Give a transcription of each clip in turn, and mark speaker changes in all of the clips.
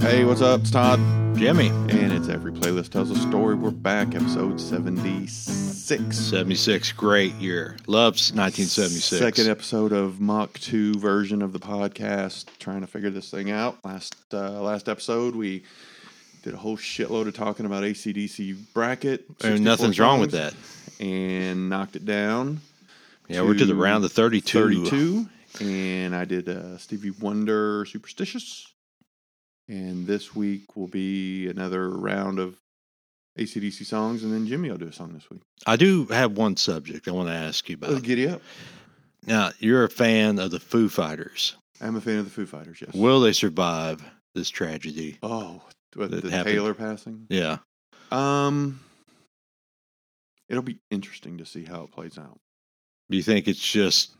Speaker 1: Hey, what's up? It's Todd.
Speaker 2: Jimmy,
Speaker 1: And it's Every Playlist Tells a Story. We're back, episode 76.
Speaker 2: 76, great year. Loves 1976.
Speaker 1: Second episode of Mach 2 version of the podcast. Trying to figure this thing out. Last uh, last episode, we did a whole shitload of talking about ACDC bracket.
Speaker 2: And nothing's wrong with
Speaker 1: 64
Speaker 2: that.
Speaker 1: songs, And knocked it down.
Speaker 2: Yeah, we're to the round of 32.
Speaker 1: 32. And I did uh, Stevie Wonder Superstitious. And this week will be another round of ACDC songs. And then Jimmy will do a song this week.
Speaker 2: I do have one subject I want to ask you
Speaker 1: Let's
Speaker 2: about.
Speaker 1: giddy up.
Speaker 2: Now, you're a fan of the Foo Fighters.
Speaker 1: I'm a fan of the Foo Fighters, yes.
Speaker 2: Will they survive this tragedy?
Speaker 1: oh, with
Speaker 2: That
Speaker 1: the
Speaker 2: happened.
Speaker 1: Taylor passing.
Speaker 2: Yeah.
Speaker 1: Um, It'll be interesting to see how it plays out.
Speaker 2: Do you think it's just,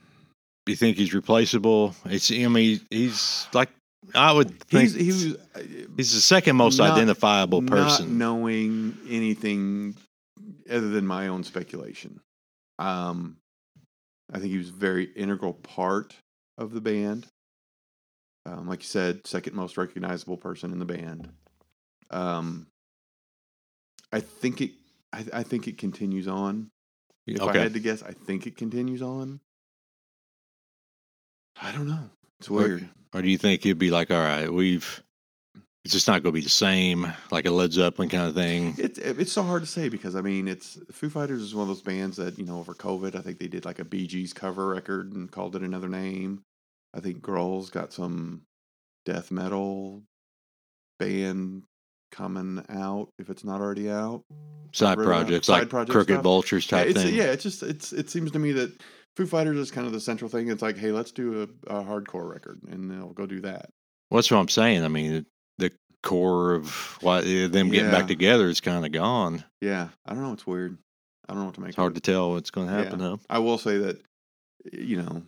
Speaker 2: do you think he's replaceable? It's, I mean, he's like, I would think
Speaker 1: He's,
Speaker 2: he's,
Speaker 1: he was uh,
Speaker 2: the second most
Speaker 1: not-
Speaker 2: identifiable person.
Speaker 1: Not knowing anything other than my own speculation. Um, I think he was a very integral part of the band. Um, like you said, second most recognizable person in the band. Um, I think it. I, I think it continues on. If I
Speaker 2: okay.
Speaker 1: had to guess, I think it continues on. I don't know. It's
Speaker 2: Or-
Speaker 1: weird.
Speaker 2: Or do you think it'd be like, all right, we've it's just not going to be the same, like a Led Zeppelin kind of thing?
Speaker 1: It's it's so hard to say because I mean it's Foo Fighters is one of those bands that you know over COVID I think they did like a Bee Gees cover record and called it another name. I think Grohl's got some death metal band coming out if it's not already out.
Speaker 2: Side
Speaker 1: Right,
Speaker 2: projects,
Speaker 1: side
Speaker 2: like
Speaker 1: project
Speaker 2: Crooked
Speaker 1: stuff.
Speaker 2: Vultures
Speaker 1: Yeah,
Speaker 2: type
Speaker 1: it's
Speaker 2: thing.
Speaker 1: yeah, it's just it's it seems to me that Foo Fighters is kind of the central thing. It's like hey, let's do a, a hardcore record and they'll go do that.
Speaker 2: What's what I'm saying? I mean, the core of why eh, them getting
Speaker 1: Yeah.
Speaker 2: back together is kind of gone.
Speaker 1: Yeah, I don't know. It's weird. I don't know what to make.
Speaker 2: It's
Speaker 1: of it.
Speaker 2: hard to tell what's going to happen, though.
Speaker 1: I will say that you know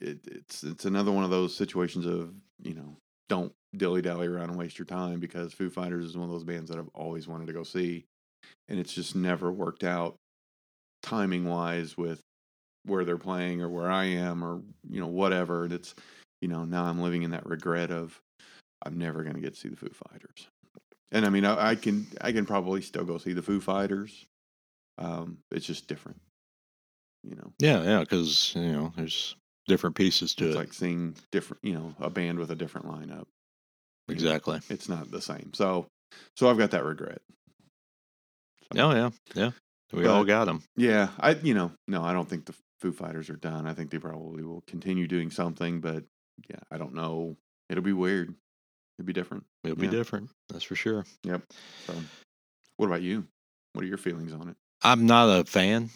Speaker 1: it, it's it's another one of those situations of you know don't dilly dally around and waste your time because Foo Fighters is one of those bands that I've always wanted to go see, and it's just never worked out timing wise with where they're playing or where I am or you know whatever. And it's you know now I'm living in that regret of I'm never going to get to see the Foo Fighters. And I mean, I, I can I can probably still go see the Foo Fighters. Um, it's just different, you know.
Speaker 2: Yeah, yeah, because you know, there's different pieces to
Speaker 1: it's
Speaker 2: it.
Speaker 1: like seeing different you know a band with a different lineup
Speaker 2: exactly.
Speaker 1: it's not the same so so i've got that regret
Speaker 2: Oh yeah, yeah. We
Speaker 1: But-
Speaker 2: all got them.
Speaker 1: yeah i you know no i don't think the foo fighters are done i think they probably will continue doing something but yeah i don't know it'll be weird it'll be different
Speaker 2: It'll be
Speaker 1: Yeah.
Speaker 2: different. That's for sure.
Speaker 1: so what about you what are your feelings on it
Speaker 2: I'm not a fan,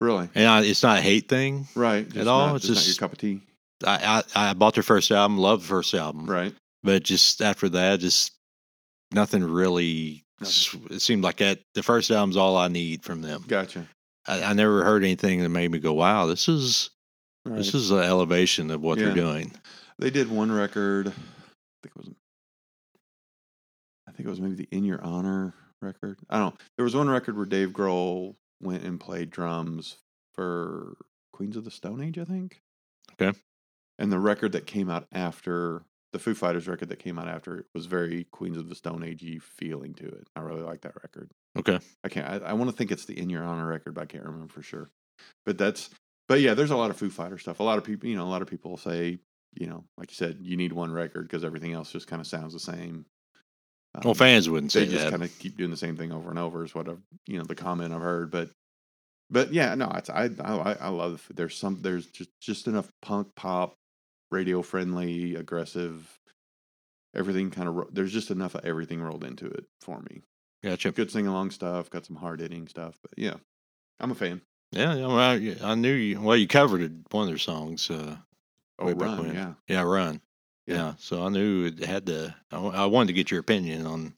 Speaker 1: really
Speaker 2: and I, it's not a hate thing.
Speaker 1: right just
Speaker 2: all,
Speaker 1: not,
Speaker 2: it's
Speaker 1: just,
Speaker 2: just-
Speaker 1: not your cup of tea
Speaker 2: I, I I bought their first album, loved the first album,
Speaker 1: right
Speaker 2: but just after that, just nothing really.
Speaker 1: Nothing.
Speaker 2: It seemed like that the first album's all I need from them.
Speaker 1: gotcha
Speaker 2: I, I never heard anything that made me go, "Wow, this is
Speaker 1: All right.
Speaker 2: this is an elevation of what
Speaker 1: Yeah.
Speaker 2: they're doing."
Speaker 1: They did one record. I think it was. I think it was maybe the In Your Honor record. I don't. know. There was one record where Dave Grohl went and played drums for Queens of the Stone Age, I think.
Speaker 2: Okay.
Speaker 1: And the record that came out after the Foo Fighters record that came out after it was very Queens of the Stone Agey feeling to it. I really like that record.
Speaker 2: Okay,
Speaker 1: I can't. I, I want to think it's the In Your Honor record, but I can't remember for sure. But that's. But yeah, there's a lot of Foo Fighter stuff. A lot of people, you know, a lot of people say, you know, like you said, you need one record because everything else just kind of sounds the same. Um,
Speaker 2: well, fans wouldn't
Speaker 1: they
Speaker 2: say
Speaker 1: just
Speaker 2: that.
Speaker 1: kind of keep doing the same thing over and over is what I've, you know, the comment I've heard. But, but yeah, no, it's I I, I- I love there's some there's just just enough punk pop, radio friendly, aggressive. Everything kind of there's just enough of everything rolled into it for me
Speaker 2: gotcha.
Speaker 1: good sing along stuff, got some hard hitting stuff, but yeah, I'm a fan.
Speaker 2: Yeah, yeah, well, I, I knew you. Well, you covered it- one of their songs. Uh,
Speaker 1: Oh,
Speaker 2: Way back
Speaker 1: run,
Speaker 2: when.
Speaker 1: yeah,
Speaker 2: yeah, run.
Speaker 1: Yeah.
Speaker 2: Yeah. so I knew it had to. I, w- I wanted to get your opinion on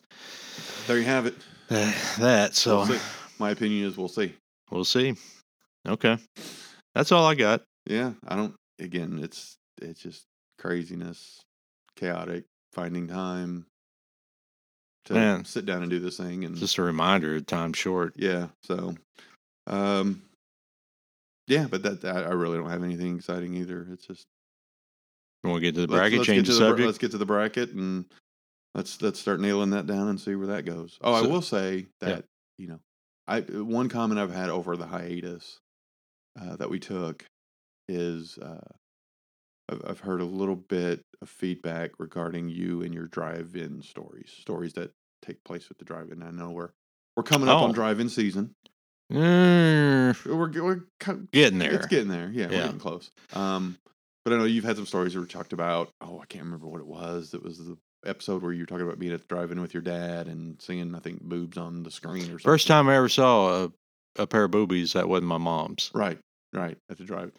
Speaker 1: there you have it.
Speaker 2: uh, that. So
Speaker 1: We'll see. My opinion is we'll see.
Speaker 2: We'll see. Okay. That's all I got.
Speaker 1: Yeah, I don't. Again, it's it's just craziness, chaotic, finding time to
Speaker 2: Man.
Speaker 1: sit down and do this thing, and
Speaker 2: Just a reminder, time's short.
Speaker 1: yeah, so, um, yeah, but that, that I really don't have anything exciting either. It's just
Speaker 2: You want to get to the
Speaker 1: let's-
Speaker 2: bracket,
Speaker 1: let's get
Speaker 2: change
Speaker 1: to
Speaker 2: the
Speaker 1: bra-
Speaker 2: subject?
Speaker 1: let's get to the bracket and Let's let's start nailing that down and see where that goes. Oh, I
Speaker 2: So-
Speaker 1: will say
Speaker 2: Yeah.
Speaker 1: that you know, I one comment I've had over the hiatus uh, that we took is uh, I've, I've heard a little bit of feedback regarding you and your drive-in stories, stories that take place with the drive-in. I know we're we're coming up on
Speaker 2: Oh.
Speaker 1: drive-in season.
Speaker 2: Mm,
Speaker 1: We're we're co-
Speaker 2: getting there.
Speaker 1: It's getting there. Yeah, we're
Speaker 2: Yeah.
Speaker 1: getting close. Um, but I know you've had some stories that were talked about. Oh, I can't remember what it was. It was the episode where you were talking about being at the drive-in with your dad and seeing, I think, boobs on the screen or something.
Speaker 2: First time I ever saw a, a pair of boobies that wasn't my mom's
Speaker 1: Right, right, at the drive.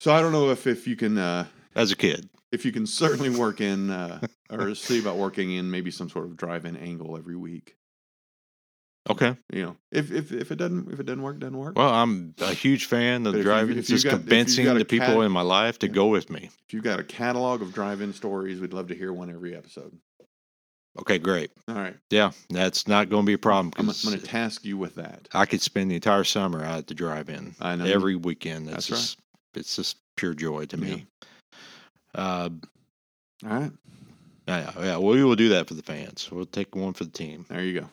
Speaker 1: So I don't know if if you can uh,
Speaker 2: as a kid.
Speaker 1: if you can certainly work in uh, or see about working in maybe some sort of drive-in angle every week.
Speaker 2: Okay.
Speaker 1: You know, if if if it doesn't if it doesn't work, doesn't work.
Speaker 2: Well, I'm a huge fan
Speaker 1: But if
Speaker 2: of
Speaker 1: you-
Speaker 2: driving.
Speaker 1: if
Speaker 2: It's
Speaker 1: you
Speaker 2: just
Speaker 1: got- if you
Speaker 2: convincing
Speaker 1: got a
Speaker 2: the people
Speaker 1: cat-
Speaker 2: in my life to
Speaker 1: Yeah.
Speaker 2: go with me.
Speaker 1: if you've got a catalog of drive-in stories, we'd love to hear one every episode.
Speaker 2: Okay, great.
Speaker 1: All right,
Speaker 2: Yeah, that's not going to be a problem
Speaker 1: I'm, I'm
Speaker 2: 'cause
Speaker 1: going to task you with that.
Speaker 2: I could spend the entire summer out at the drive-in
Speaker 1: I know you-
Speaker 2: every weekend. That's,
Speaker 1: That's right.
Speaker 2: just it's just pure joy to
Speaker 1: Yeah.
Speaker 2: me. Uh,
Speaker 1: All right.
Speaker 2: yeah, yeah, we will do that for the fans. We'll take one for the team.
Speaker 1: There you go.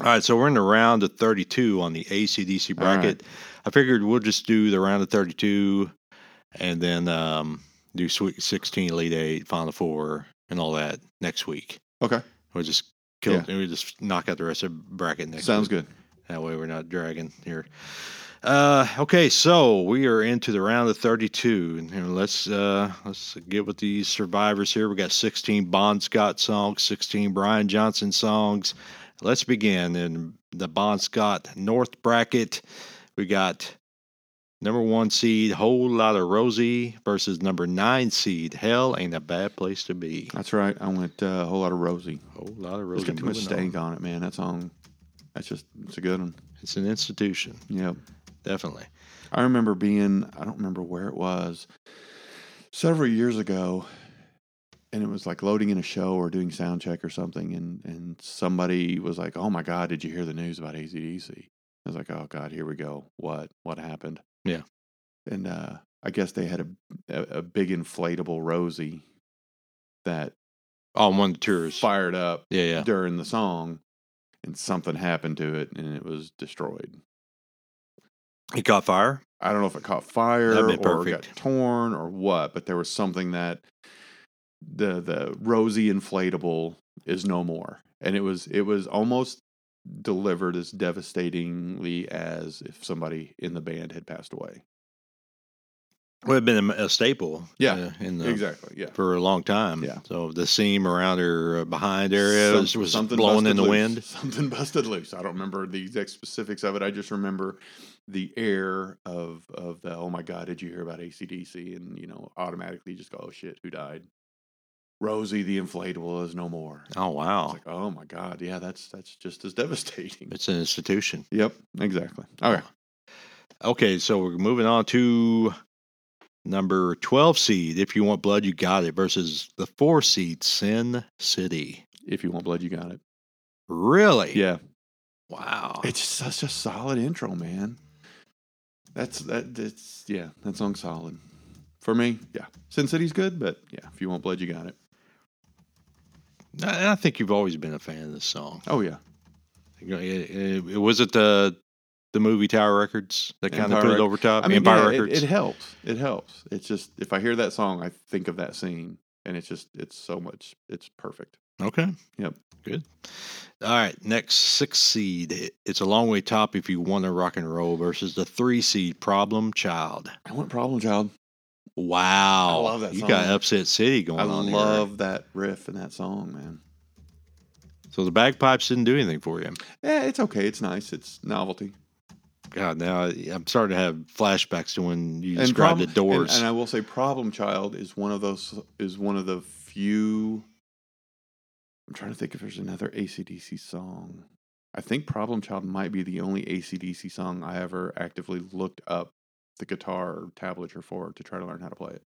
Speaker 2: All right, so we're in the round of 32 on the ACDC
Speaker 1: All right.
Speaker 2: bracket. I figured we'll just do the round of 32 and then um, do Sweet 16, Elite Eight, Final Four, and all that next week.
Speaker 1: Okay.
Speaker 2: We'll just kill we just knock out the rest of the bracket next
Speaker 1: Sounds
Speaker 2: week.
Speaker 1: good.
Speaker 2: That way we're not dragging here. Uh, okay, so we are into the round of 32, and here, let's uh, let's get with these survivors here. We got 16 Bon Scott songs, 16 Brian Johnson songs. Let's begin in the Bon Scott North bracket. We got number one seed Whole Lot of Rosie versus number nine seed Hell Ain't a Bad Place to Be.
Speaker 1: That's right. I went uh, a whole lot of Rosie.
Speaker 2: Whole Lot of
Speaker 1: It's
Speaker 2: Rosie.
Speaker 1: got too much
Speaker 2: moving on.
Speaker 1: stank on it, man. That song. That's just it's a good one.
Speaker 2: It's an institution,
Speaker 1: Yeah.
Speaker 2: definitely.
Speaker 1: I remember being. I don't remember where it was. Several years ago, and it was like loading in a show or doing sound check or something, and and somebody was like, "Oh my God, did you hear the news about ACDC?" I was like, "Oh God, here we go. What what happened?"
Speaker 2: Yeah.
Speaker 1: and uh, I guess they had a, a a big inflatable Rosie that
Speaker 2: On Oh, one of the tours.
Speaker 1: fired up
Speaker 2: Yeah, yeah.
Speaker 1: during the song, and something happened to it, and it was destroyed.
Speaker 2: It caught fire.
Speaker 1: I don't know if it caught fire
Speaker 2: That'd
Speaker 1: or
Speaker 2: be
Speaker 1: got
Speaker 2: perfect.
Speaker 1: torn or what, but there was something that the the rosy inflatable is no more, and it was it was almost delivered as devastatingly as if somebody in the band had passed away.
Speaker 2: Would have been a, a staple.
Speaker 1: Yeah,
Speaker 2: uh, in the,
Speaker 1: Exactly. Yeah.
Speaker 2: For a long time.
Speaker 1: Yeah.
Speaker 2: So the seam around her uh, behind area
Speaker 1: Some-
Speaker 2: was, was
Speaker 1: something
Speaker 2: blowing
Speaker 1: busted
Speaker 2: in the
Speaker 1: loose.
Speaker 2: wind.
Speaker 1: Something busted loose. I don't remember the exact specifics of it. I just remember the air of of the oh my god, did you hear about ACDC? And you know, automatically just go, oh shit, who died? Rosie the inflatable is no more.
Speaker 2: Oh
Speaker 1: It's
Speaker 2: wow,
Speaker 1: like oh my god, yeah, that's that's just as devastating.
Speaker 2: it's an institution.
Speaker 1: Yep, exactly. Okay,
Speaker 2: Okay, so we're moving on to number twelve seed. If you want blood, you got it. Versus the four seed Sin City.
Speaker 1: if you want blood, you got it.
Speaker 2: Really?
Speaker 1: Yeah,
Speaker 2: Wow.
Speaker 1: it's such a solid intro, man. That's that. That's yeah, that song's solid for me. Yeah, Sin City's good, but yeah, if you want blood, you got it.
Speaker 2: I, I think you've always been a fan of this song.
Speaker 1: Oh yeah,
Speaker 2: You know, it- it- was it the the movie Tower Records that kind
Speaker 1: Empire
Speaker 2: of put
Speaker 1: Rec-
Speaker 2: it over top?
Speaker 1: I mean,
Speaker 2: Empire
Speaker 1: yeah,
Speaker 2: Records.
Speaker 1: It, it helps. It helps. It's just if I hear that song, I think of that scene, and it's just it's so much. It's perfect.
Speaker 2: Okay.
Speaker 1: Yep.
Speaker 2: Good. All right. Next six seed. It- It's a long way top if you want to rock and roll versus the three seed problem child.
Speaker 1: I want Problem Child.
Speaker 2: Wow.
Speaker 1: love that
Speaker 2: You
Speaker 1: song.
Speaker 2: got Upset City going
Speaker 1: I
Speaker 2: on here.
Speaker 1: love that riff and that song, man.
Speaker 2: So the bagpipes didn't do anything for you.
Speaker 1: Yeah, it's okay. It's nice. It's novelty.
Speaker 2: God, now I- I'm starting to have flashbacks to when you
Speaker 1: And
Speaker 2: described
Speaker 1: Problem-
Speaker 2: the
Speaker 1: And,
Speaker 2: doors.
Speaker 1: uh, and I will say, Problem Child is one of those is one of the few. I'm trying to think if there's another ACDC song. I think Problem Child might be the only ACDC song I ever actively looked up the guitar or tablature for to try to learn how to play it.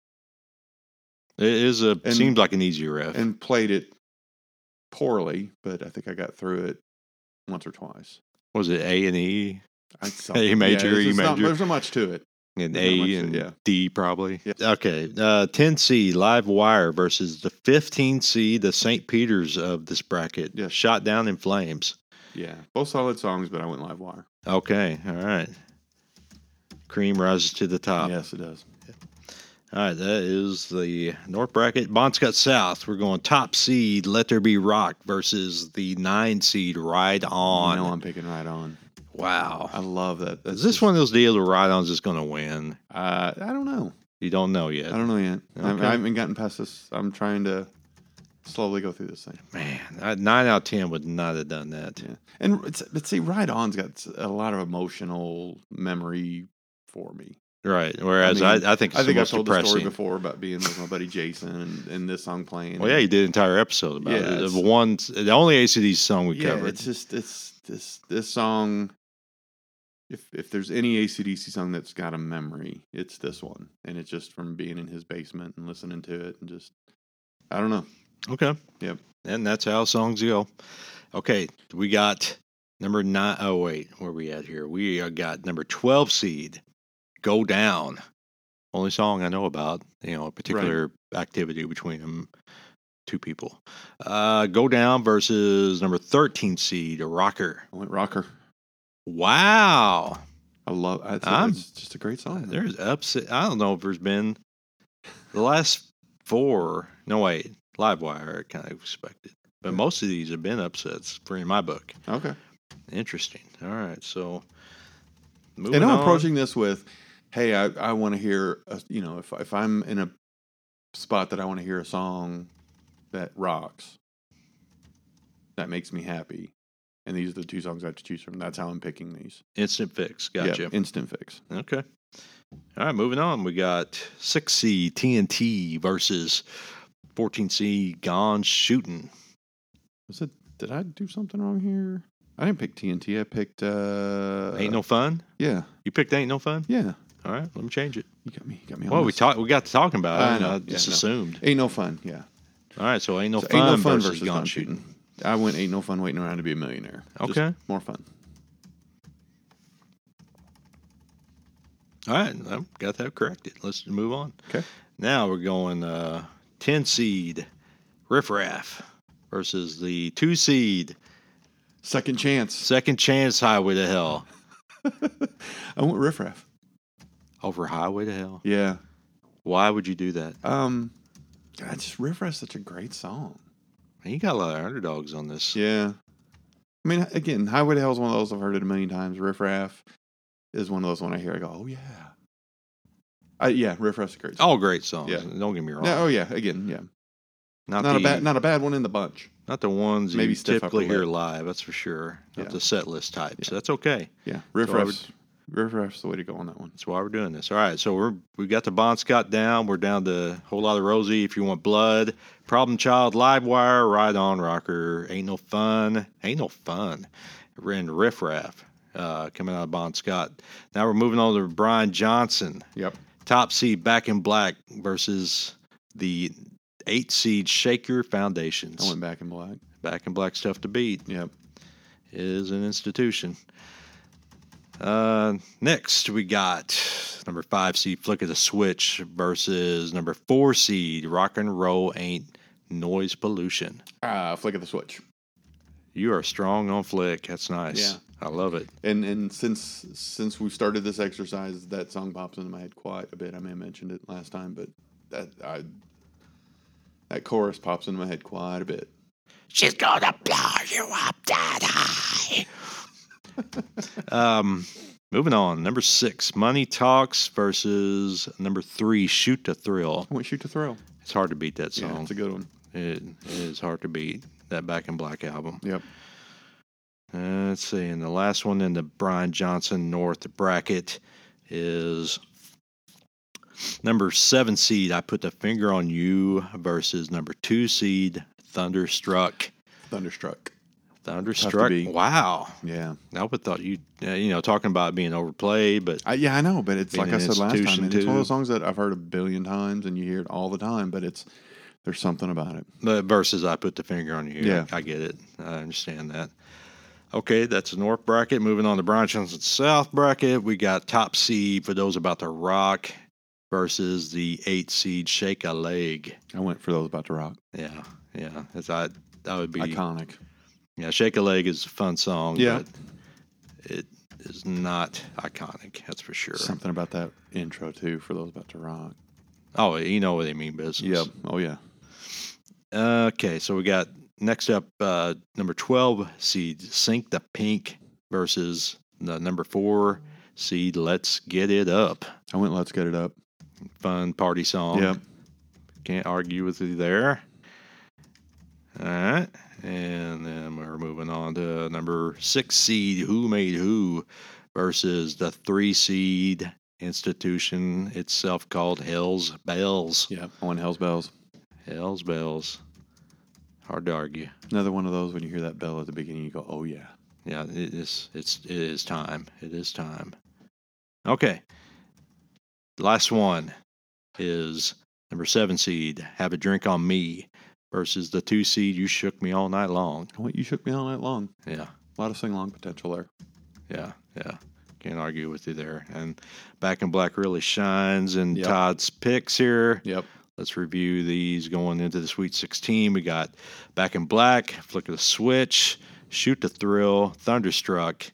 Speaker 2: it is a
Speaker 1: and-
Speaker 2: seems like an easy riff.
Speaker 1: and played it poorly, but I think I got through it once or twice.
Speaker 2: was it A and E?
Speaker 1: I
Speaker 2: A major,
Speaker 1: it's-
Speaker 2: E
Speaker 1: it's not-
Speaker 2: major.
Speaker 1: there's not much to it.
Speaker 2: and
Speaker 1: Not
Speaker 2: A
Speaker 1: much to-
Speaker 2: and
Speaker 1: yeah.
Speaker 2: D probably.
Speaker 1: Yeah.
Speaker 2: Okay, uh, 10C Live Wire versus the 15C, the St. Peter's of this bracket,
Speaker 1: Yes.
Speaker 2: shot down in flames.
Speaker 1: Yeah, both solid songs, but I went live wire.
Speaker 2: Okay, all right. Cream rises to the top.
Speaker 1: yes, it does.
Speaker 2: All right, that is the North bracket. Bonscott South. We're going top seed. Let there be rock versus the nine seed. Ride on.
Speaker 1: No, I'm picking right on. I
Speaker 2: wow.
Speaker 1: love that. That's
Speaker 2: Is this
Speaker 1: just-
Speaker 2: one of those deals where Ride on's just going to win?
Speaker 1: Uh, I don't know.
Speaker 2: You don't know yet.
Speaker 1: I don't know yet. I'm,
Speaker 2: Okay.
Speaker 1: I haven't gotten past this. I'm trying to slowly go through this thing.
Speaker 2: Man, I, nine out of ten would not have done that.
Speaker 1: Yeah, and it's, but see, Ride On's got a lot of emotional memory for me.
Speaker 2: Right. Whereas I,
Speaker 1: mean,
Speaker 2: I, think it's
Speaker 1: I think I've
Speaker 2: the most
Speaker 1: told the story
Speaker 2: depressing.
Speaker 1: before about being with my buddy Jason and, and this song playing.
Speaker 2: well, yeah, you did an entire episode about
Speaker 1: Yeah,
Speaker 2: it.
Speaker 1: it's-
Speaker 2: The one, the only ACD song we
Speaker 1: yeah.
Speaker 2: covered.
Speaker 1: It's just it's this this song. If if there's any ACDC song that's got a memory, it's this one, and it's just from being in his basement and listening to it, and just I don't know.
Speaker 2: Okay.
Speaker 1: Yep.
Speaker 2: And that's how songs go. Okay, we got number nine oh wait, where are we at here? We are- got number twelve seed. Go down. Only song I know about. You know, a particular activity between them, two people. Uh, go down versus number thirteen seed, rocker.
Speaker 1: I went rocker.
Speaker 2: Wow,
Speaker 1: I love. I
Speaker 2: I'm-
Speaker 1: think it's just a great song.
Speaker 2: Oh, there's upset. I don't know if there's been the last four. No wait, Livewire. I kind of expected, but most of these have been upsets for in my book.
Speaker 1: okay.
Speaker 2: Interesting. All right, so moving
Speaker 1: And I'm
Speaker 2: on.
Speaker 1: approaching this with, hey, I, I want to hear, a, you know, if if I'm in a spot that I want to hear a song that rocks, that makes me happy, and these are the two songs I have to choose from. That's how I'm picking these.
Speaker 2: instant fix.
Speaker 1: Yeah,
Speaker 2: Gotcha.
Speaker 1: instant fix.
Speaker 2: Okay. All right, moving on. We got six C TNT versus fourteen C Gone Shooting.
Speaker 1: Was it? Did I do something wrong here? I didn't pick TNT. I picked. uh
Speaker 2: Ain't no fun.
Speaker 1: Yeah,
Speaker 2: You picked Ain't No Fun.
Speaker 1: yeah.
Speaker 2: All right, let me change it.
Speaker 1: You got me. You got me. on
Speaker 2: Well, we
Speaker 1: this.
Speaker 2: talked. We got to talking about it.
Speaker 1: I
Speaker 2: and
Speaker 1: know.
Speaker 2: I
Speaker 1: Yeah,
Speaker 2: just
Speaker 1: no.
Speaker 2: assumed.
Speaker 1: Ain't no fun. Yeah.
Speaker 2: All right, so ain't no
Speaker 1: So
Speaker 2: fun, versus, gone, shooting.
Speaker 1: I went ain't no fun waiting around to be a millionaire. Just
Speaker 2: Okay.
Speaker 1: more fun.
Speaker 2: All right, I got that corrected. Let's move on.
Speaker 1: Okay.
Speaker 2: Now we're going uh, ten seed riffraff versus the two seed
Speaker 1: Second chance.
Speaker 2: second chance highway to hell
Speaker 1: I went riffraff.
Speaker 2: over highway to hell.
Speaker 1: Yeah.
Speaker 2: Why would you do that?
Speaker 1: Um, God, just riffraff's such a great song.
Speaker 2: You got a lot of underdogs on this.
Speaker 1: Yeah. I mean, again, Highway to Hell is one of those I've heard it a million times. Riffraff is one of those when I hear I go, oh yeah, I, yeah, riffraff's a great song.
Speaker 2: All great songs.
Speaker 1: Yeah.
Speaker 2: Don't get me wrong.
Speaker 1: No, oh yeah, again, yeah,
Speaker 2: not,
Speaker 1: not,
Speaker 2: the,
Speaker 1: a bad, not a bad one in the bunch.
Speaker 2: not the ones
Speaker 1: Maybe
Speaker 2: you
Speaker 1: Stiff Upper
Speaker 2: typically hear
Speaker 1: Lip.
Speaker 2: live. That's for sure. Not
Speaker 1: Yeah.
Speaker 2: the set list types. That's okay.
Speaker 1: Yeah,
Speaker 2: So I would-
Speaker 1: riffraff's, riffraff's the way to go on that one.
Speaker 2: That's why we're doing this. All right, so we're we got the Bon Scott down. We're down to a whole lot of Rosie. If you want blood, Problem Child, Livewire, Ride On Rocker, Ain't No Fun, Ain't No Fun, and Riff Raff uh, coming out of Bon Scott. Now we're moving on to Brian Johnson,
Speaker 1: Yep.
Speaker 2: top seed Back in Black versus the eight seed Shake Your Foundations.
Speaker 1: I went back in black.
Speaker 2: Back in Black's tough to beat
Speaker 1: Yep.
Speaker 2: is an institution. Uh, next, we got number five seed Flick of the Switch versus number four seed Rock and Roll Ain't Noise Pollution.
Speaker 1: Ah, flick of the switch.
Speaker 2: You are strong on Flick. That's nice.
Speaker 1: Yeah.
Speaker 2: I love it.
Speaker 1: And and since since we've started this exercise, that song pops into my head quite a bit. I may have mentioned it last time, but that I that chorus pops into my head quite a bit.
Speaker 2: She's gonna blow you up that high. um, moving on. Number six, Money Talks versus number three, Shoot to Thrill.
Speaker 1: I went shoot to thrill.
Speaker 2: It's hard to beat that
Speaker 1: Yeah,
Speaker 2: song.
Speaker 1: it's a good one.
Speaker 2: It is hard to beat that Back in Black album.
Speaker 1: Yep.
Speaker 2: Uh, let's see. And the last one in the Brian Johnson North bracket is number seven seed. I put the finger on you versus number two seed Thunderstruck.
Speaker 1: Thunderstruck.
Speaker 2: Thunderstruck.
Speaker 1: beat.
Speaker 2: Wow.
Speaker 1: Yeah.
Speaker 2: I would thought you, uh, you know, talking about being overplayed, but
Speaker 1: I, yeah, I know, but it's
Speaker 2: Being
Speaker 1: like I
Speaker 2: an
Speaker 1: said last time.
Speaker 2: institution,
Speaker 1: and It's one of
Speaker 2: too.
Speaker 1: those songs that I've heard a billion times, and you hear it all the time. But it's there's something about it.
Speaker 2: but versus I put the finger on you.
Speaker 1: Yeah.
Speaker 2: I get it. I understand that. Okay, that's the North bracket. Moving on to Brian Johnson's South bracket, we got top seed for those about to rock versus the eight seed Shake a Leg.
Speaker 1: I went for those about to rock.
Speaker 2: Yeah, yeah, that's I. That would be
Speaker 1: Iconic.
Speaker 2: yeah. Shake a Leg is a fun song.
Speaker 1: Yeah.
Speaker 2: but it is not iconic. That's for sure.
Speaker 1: Something about that intro too for those about to rock.
Speaker 2: Oh, you know what they mean business.
Speaker 1: Yep. Oh yeah.
Speaker 2: Okay, so we got next up uh, number twelve seed Sink the Pink versus the number four seed Let's Get It Up.
Speaker 1: I went. Let's get it up.
Speaker 2: Fun party song.
Speaker 1: Yep.
Speaker 2: Can't argue with you there. All right. And then we're moving on to number six seed Who Made Who versus the three seed institution itself called Hell's Bells.
Speaker 1: Yep. I went. Hell's bells.
Speaker 2: Hell's Bells. Hard to argue.
Speaker 1: Another one of those when you hear that bell at the beginning, you go, "Oh yeah."
Speaker 2: Yeah, it is. It's it is time. It is time. Okay. Last one is number seven seed. Have a drink on me versus the two seed. You shook me all night long.
Speaker 1: I went. You shook me all night long.
Speaker 2: Yeah,
Speaker 1: A lot of sing along potential there.
Speaker 2: yeah, yeah. Can't argue with you there. And back in black really shines. And
Speaker 1: Yep.
Speaker 2: Todd's picks here.
Speaker 1: Yep.
Speaker 2: Let's review these going into the Sweet 16. We got Back in Black, Flick of the Switch, Shoot the Thrill, Thunderstruck.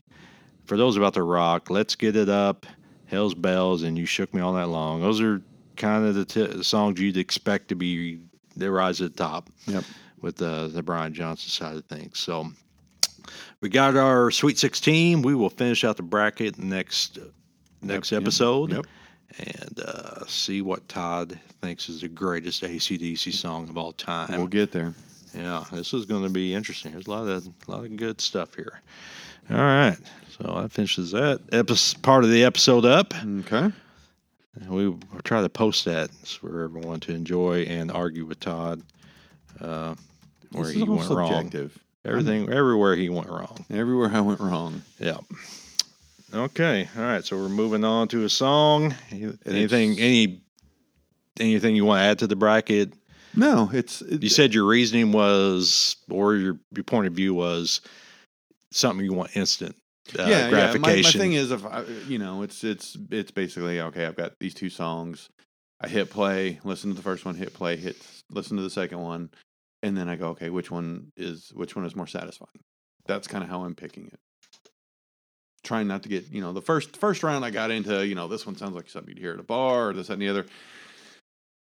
Speaker 2: For those about to rock, Let's Get It Up, Hell's Bells, and You Shook Me All Night Long. Those are kind of the, t- the songs you'd expect to be the rise at the top
Speaker 1: Yep.
Speaker 2: with uh, the, the Brian Johnson side of things. So we got our Sweet 16. We will finish out the bracket next uh, next
Speaker 1: Yep, yep,
Speaker 2: episode
Speaker 1: Yep.
Speaker 2: and uh, see what Todd thinks is the greatest ACDC song of all time.
Speaker 1: We'll get there.
Speaker 2: yeah, this is going to be interesting. There's a lot of a lot of good stuff here. All right, so that finishes that episode, part of the episode up.
Speaker 1: Okay.
Speaker 2: We will try to post that for everyone to enjoy and argue with Todd uh, where
Speaker 1: This is
Speaker 2: he
Speaker 1: all
Speaker 2: went wrong.
Speaker 1: subjective.
Speaker 2: Everything, everywhere he went wrong.
Speaker 1: Everywhere I went wrong.
Speaker 2: Yeah. Okay. All right. So we're moving on to a song. Anything?
Speaker 1: It's-
Speaker 2: Any? Anything you want to add to the bracket?
Speaker 1: No, it's it,
Speaker 2: You said your reasoning was, or your your point of view was, something you want instant uh,
Speaker 1: My, my
Speaker 2: gratification.
Speaker 1: thing is, if I, you know, it's it's it's basically okay. I've got these two songs. I hit play, listen to the first one, hit play, hit listen to the second one, and then I go, okay, which one is which one is more satisfying? That's kind of how I'm picking it. Trying not to get, you know, the first first round I got into, you know, this one sounds like something you'd hear at a bar or this that, and the other.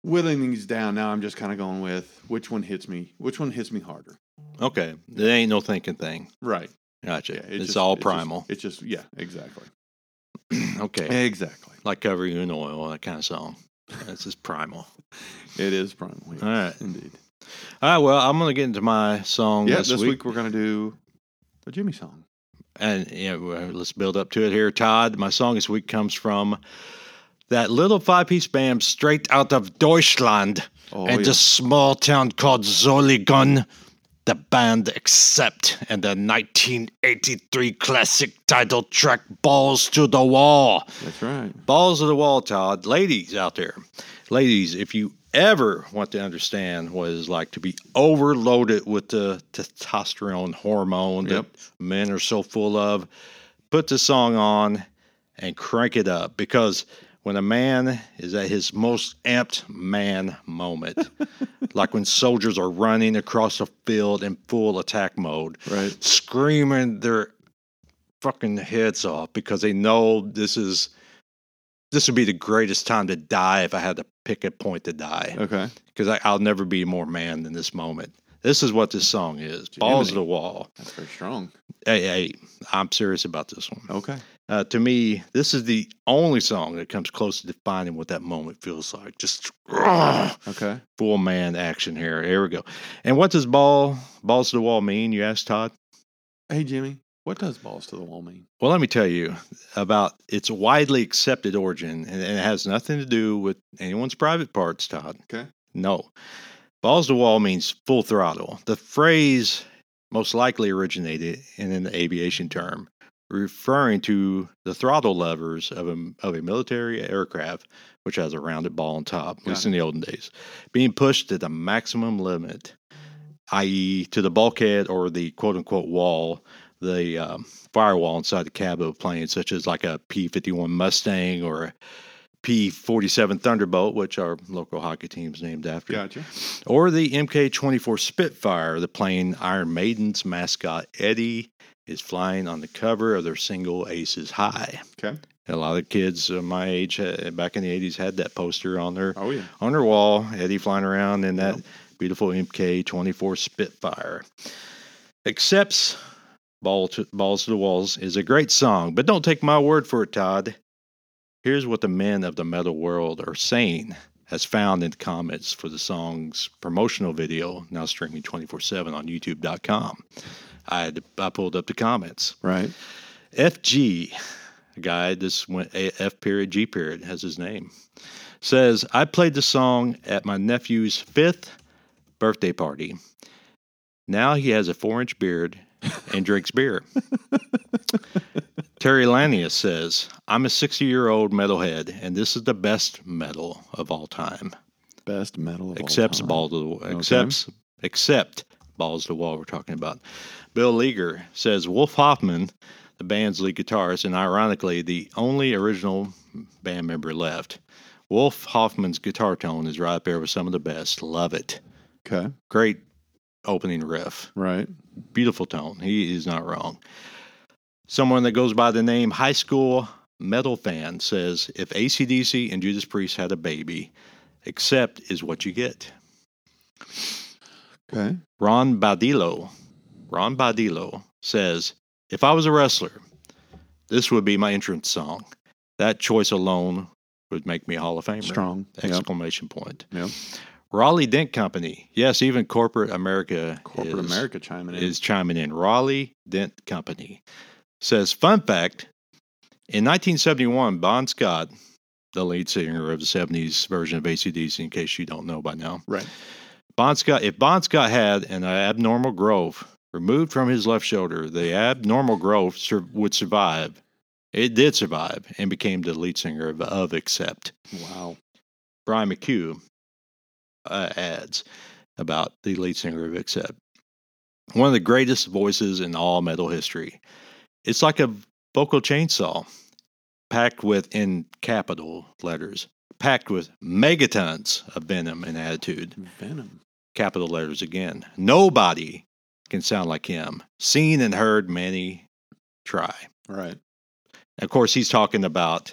Speaker 1: Whittling these down now, I'm just kind of going with which one hits me, which one hits me harder.
Speaker 2: okay. It ain't no thinking thing.
Speaker 1: Right.
Speaker 2: Gotcha.
Speaker 1: Yeah.
Speaker 2: it's
Speaker 1: just-
Speaker 2: all
Speaker 1: just-
Speaker 2: primal.
Speaker 1: It's just, yeah, exactly.
Speaker 2: okay.
Speaker 1: Exactly.
Speaker 2: Like cover you in oil, that kind of song. That's just primal.
Speaker 1: It is primal. Yes,
Speaker 2: All right.
Speaker 1: Indeed.
Speaker 2: All right. Well, I'm gonna get into my song
Speaker 1: yeah,
Speaker 2: this,
Speaker 1: this week, we're going to do a Jimmy song.
Speaker 2: And yeah, well, let's build up to it here, Todd. My song this week comes from that little five-piece band straight out of Deutschland
Speaker 1: Oh,
Speaker 2: and
Speaker 1: yeah.
Speaker 2: a small town called Zolligon. The band accept and the 1983 classic title track "Balls to the Wall."
Speaker 1: That's right.
Speaker 2: Balls to the wall, Todd. Ladies out there, ladies, if you ever want to understand what it's like to be overloaded with the testosterone hormone
Speaker 1: Yep.
Speaker 2: that men are so full of, put the song on and crank it up because when a man is at his most amped man moment, like when soldiers are running across a field in full attack mode,
Speaker 1: Right.
Speaker 2: screaming their fucking heads off because they know this is this would be the greatest time to die if I had to pick a point to die
Speaker 1: Okay.
Speaker 2: because I'll never be more man than this moment. This is what this song is. Balls to
Speaker 1: Jiminy.
Speaker 2: the wall.
Speaker 1: That's very strong.
Speaker 2: Hey, hey, I'm serious about this one.
Speaker 1: Okay.
Speaker 2: Uh, to me, this is the only song that comes close to defining what that moment feels like. Just ah,
Speaker 1: Okay.
Speaker 2: full man action here. Here we go. And what does ball balls to the wall mean? You asked Todd.
Speaker 1: Hey, Jimmy, what does balls to the wall mean?
Speaker 2: Well, let me tell you about its widely accepted origin, and, and it has nothing to do with anyone's private parts, Todd.
Speaker 1: Okay.
Speaker 2: No. Balls to wall means full throttle. The phrase most likely originated in an aviation term, referring to the throttle levers of a, of a military aircraft, which has a rounded ball on top, at
Speaker 1: Got
Speaker 2: least in the olden days, being pushed to the maximum limit, i.e., to the bulkhead or the quote unquote wall the um, firewall inside the cab of a plane, such as like a P 51 Mustang or a P 47 Thunderbolt, which our local hockey team's named after,
Speaker 1: Gotcha.
Speaker 2: or the MK 24 Spitfire, the plane Iron Maiden's mascot Eddie is flying on the cover of their single Aces High.
Speaker 1: Okay.
Speaker 2: And a lot of kids uh, my age uh, back in the 80s had that poster on their
Speaker 1: Oh yeah.
Speaker 2: on her wall, Eddie flying around in that
Speaker 1: Yep.
Speaker 2: beautiful MK 24 Spitfire. Accepts Ball to, Balls to the Walls is a great song, but don't take my word for it, Todd. Here's what the men of the metal world are saying, as found in the comments for the song's promotional video, now streaming 24 7 on YouTube.com. I, had to, I pulled up the comments.
Speaker 1: Right.
Speaker 2: FG, a guy, this went A- F period, G period, has his name, says, I played the song at my nephew's fifth birthday party. Now he has a four inch beard and drinks beer. Terry Lanius says, I'm a 60 year old metalhead, and this is the best metal of all time.
Speaker 1: Best metal of all
Speaker 2: Accepts
Speaker 1: time.
Speaker 2: ball to the wall. Accepts, except balls to the wall. We're talking about. Bill Leaguer says Wolf Hoffman, the band's lead guitarist, and ironically the only original band member left. Wolf Hoffman's guitar tone is right up there with some of the best. Love it.
Speaker 1: Okay.
Speaker 2: Great opening riff.
Speaker 1: Right.
Speaker 2: Beautiful tone. He is not wrong. Someone that goes by the name High School Metal Fan says if ACDC and Judas Priest had a baby, accept is what you get.
Speaker 1: Okay.
Speaker 2: Ron Badillo, Ron Badillo says, "If I was a wrestler, this would be my entrance song. That choice alone would make me a Hall of Famer!"
Speaker 1: Strong. Yep.
Speaker 2: Exclamation point.
Speaker 1: Yep.
Speaker 2: Raleigh Dent Company. Yes, even corporate America
Speaker 1: Corporate
Speaker 2: is,
Speaker 1: America chiming in.
Speaker 2: is chiming in. Raleigh Dent Company says, "Fun fact: In 1971, Bon Scott, the lead singer of the 70s version of ACDC, in case you don't know by now."
Speaker 1: right.
Speaker 2: Bon Scott, if Bon Scott had an abnormal growth removed from his left shoulder, the abnormal growth sur- would survive. It did survive and became the lead singer of, of Accept.
Speaker 1: Wow.
Speaker 2: Brian McHugh uh, adds about the lead singer of Accept. One of the greatest voices in all metal history. It's like a vocal chainsaw packed with, in capital letters, packed with megatons of venom and attitude
Speaker 1: Venom.
Speaker 2: capital letters again. Nobody can sound like him. Seen and heard many try.
Speaker 1: Right.
Speaker 2: Of course, he's talking about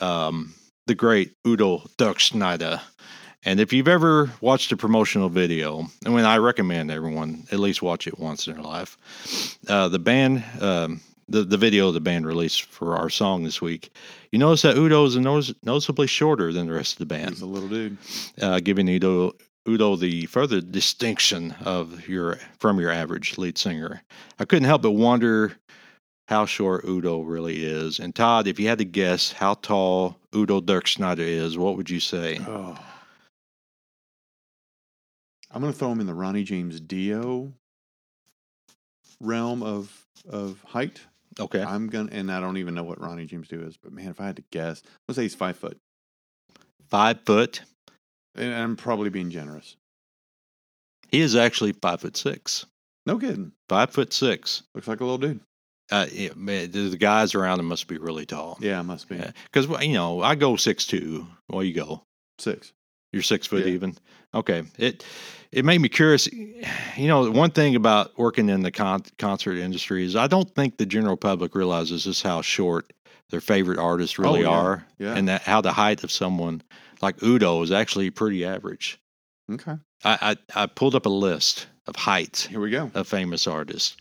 Speaker 2: um, the great Udo Dirk Schneider. And if you've ever watched a promotional video, I mean, I recommend everyone at least watch it once in their life. Uh, the band, um, the, the video the band released for our song this week, you notice that Udo is nos- noticeably shorter than the rest of the band
Speaker 1: He's a little dude.
Speaker 2: uh, giving Udo Udo the further distinction of your from your average lead singer. I couldn't help but wonder how short Udo really is. And Todd, if you had to guess how tall Udo Dirk Schneider is, what would you say?
Speaker 1: Oh. I'm gonna throw him in the Ronnie James Dio realm of of height.
Speaker 2: Okay,
Speaker 1: I'm gonna and I don't even know what Ronnie James Dio is, but man, if I had to guess, let's say he's five foot.
Speaker 2: five foot.
Speaker 1: And I'm probably being generous.
Speaker 2: He is actually five foot six.
Speaker 1: No kidding.
Speaker 2: Five foot six.
Speaker 1: Looks like a little dude.
Speaker 2: Uh, it, man, the the guys around him must be really tall.
Speaker 1: Yeah, must be
Speaker 2: because you know I go six two. Well, you go.
Speaker 1: six.
Speaker 2: You're six foot
Speaker 1: Yeah.
Speaker 2: even. Okay. It it made me curious. You know, one thing about working in the con- concert industry is I don't think the general public realizes just how short their favorite artists really
Speaker 1: Oh, yeah.
Speaker 2: are,
Speaker 1: Yeah.
Speaker 2: and that how the height of someone like Udo is actually pretty average.
Speaker 1: okay.
Speaker 2: I I, I pulled up a list of heights
Speaker 1: Here we go.
Speaker 2: of famous artists,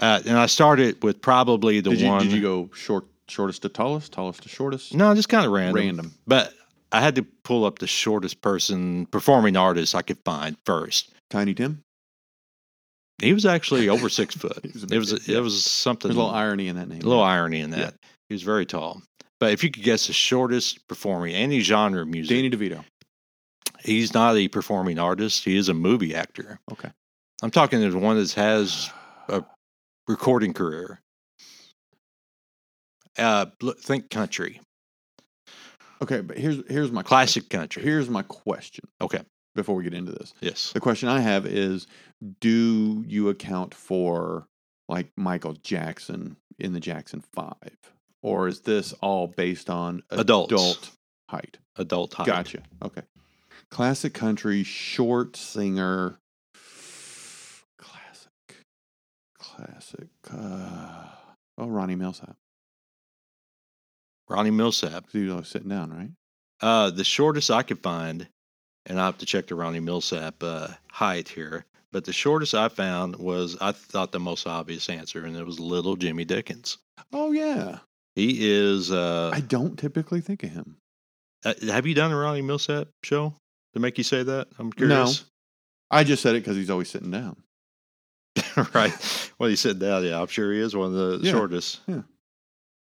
Speaker 2: uh, and I started with probably the
Speaker 1: Did you,
Speaker 2: one.
Speaker 1: did you go short shortest to tallest, tallest to shortest?
Speaker 2: No, just kind of random.
Speaker 1: Random.
Speaker 2: But I had to pull up the shortest person performing artist I could find first.
Speaker 1: Tiny Tim.
Speaker 2: He was actually over six foot.
Speaker 1: He was a
Speaker 2: it
Speaker 1: big
Speaker 2: was
Speaker 1: dude,
Speaker 2: it
Speaker 1: yeah.
Speaker 2: was something
Speaker 1: There's a little irony in that name.
Speaker 2: a little irony in that.
Speaker 1: Yeah.
Speaker 2: He was very tall. But if you could guess the shortest performing any genre of music,
Speaker 1: Danny DeVito.
Speaker 2: he's not a performing artist. He is a movie actor.
Speaker 1: Okay.
Speaker 2: I'm talking as one that has a recording career. Uh, look- think country,
Speaker 1: Okay, but here's here's my
Speaker 2: classic country.
Speaker 1: Here's my question.
Speaker 2: Okay.
Speaker 1: Before we get into this,
Speaker 2: Yes.
Speaker 1: the question I have is: Do you account for like Michael Jackson in the Jackson Five, or is this all based on
Speaker 2: Adults.
Speaker 1: adult height?
Speaker 2: Adult height.
Speaker 1: Gotcha. Okay. Classic country, short singer. Classic. Classic. Uh, oh, Ronnie Millsap.
Speaker 2: Ronnie Millsap.
Speaker 1: 'Cause He was always sitting down, right?
Speaker 2: Uh, the shortest I could find, and I have to check the Ronnie Millsap uh, height here, but the shortest I found was I thought the most obvious answer, and it was Little Jimmy Dickens.
Speaker 1: Oh, yeah.
Speaker 2: He is. Uh,
Speaker 1: I don't typically think of him.
Speaker 2: uh, have you done a Ronnie Millsap show to make you say that? I'm curious.
Speaker 1: I just said it because he's always sitting down.
Speaker 2: right. Well, you said that. Yeah, I'm sure he is one of the
Speaker 1: Yeah,
Speaker 2: shortest.
Speaker 1: yeah.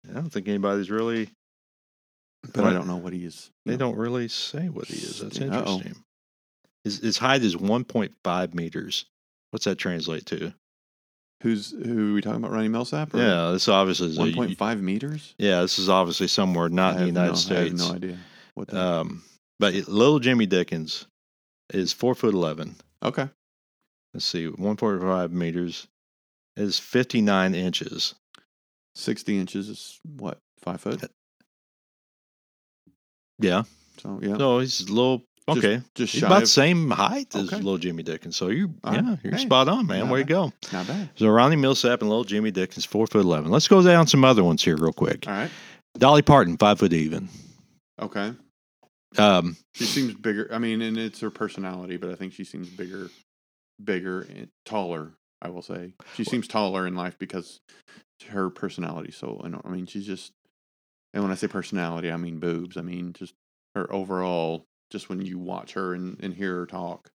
Speaker 2: I don't think anybody's really.
Speaker 1: But
Speaker 2: What?
Speaker 1: I don't know what he is.
Speaker 2: They
Speaker 1: No.
Speaker 2: don't really say what he is. That's
Speaker 1: Yeah, uh-oh.
Speaker 2: interesting. His, his height is 1.5 meters. What's that translate to?
Speaker 1: Who's who are we talking about? Ronnie Millsap?
Speaker 2: Yeah, this obviously is a-
Speaker 1: One point five meters.
Speaker 2: Yeah, this is obviously somewhere not in the
Speaker 1: have
Speaker 2: United
Speaker 1: no-
Speaker 2: States.
Speaker 1: I have no idea. What? The,
Speaker 2: um, but it- little Jimmy Dickens is four foot eleven.
Speaker 1: okay.
Speaker 2: Let's see, one forty five meters is fifty nine inches.
Speaker 1: Sixty inches is what? Five foot.
Speaker 2: Yeah,
Speaker 1: So yeah.
Speaker 2: so he's a little okay.
Speaker 1: just
Speaker 2: he's
Speaker 1: shy
Speaker 2: about
Speaker 1: of-
Speaker 2: the same height as
Speaker 1: Okay.
Speaker 2: little Jimmy Dickens. So you,
Speaker 1: All right.
Speaker 2: yeah, you're
Speaker 1: Hey,
Speaker 2: spot on, man.
Speaker 1: not
Speaker 2: Way to
Speaker 1: bad.
Speaker 2: go.
Speaker 1: Not bad.
Speaker 2: So Ronnie Millsap and little Jimmy Dickens, four foot eleven. Let's go down some other ones here real quick.
Speaker 1: All right.
Speaker 2: Dolly Parton, five foot even.
Speaker 1: Okay.
Speaker 2: Um,
Speaker 1: She seems bigger. I mean, and it's her personality, but I think she seems bigger, bigger, and taller. I will say she seems taller in life because her personality. So I know. I mean, she's just. And when I say personality, I mean boobs. I mean just her overall. Just when you watch her and, and hear her talk.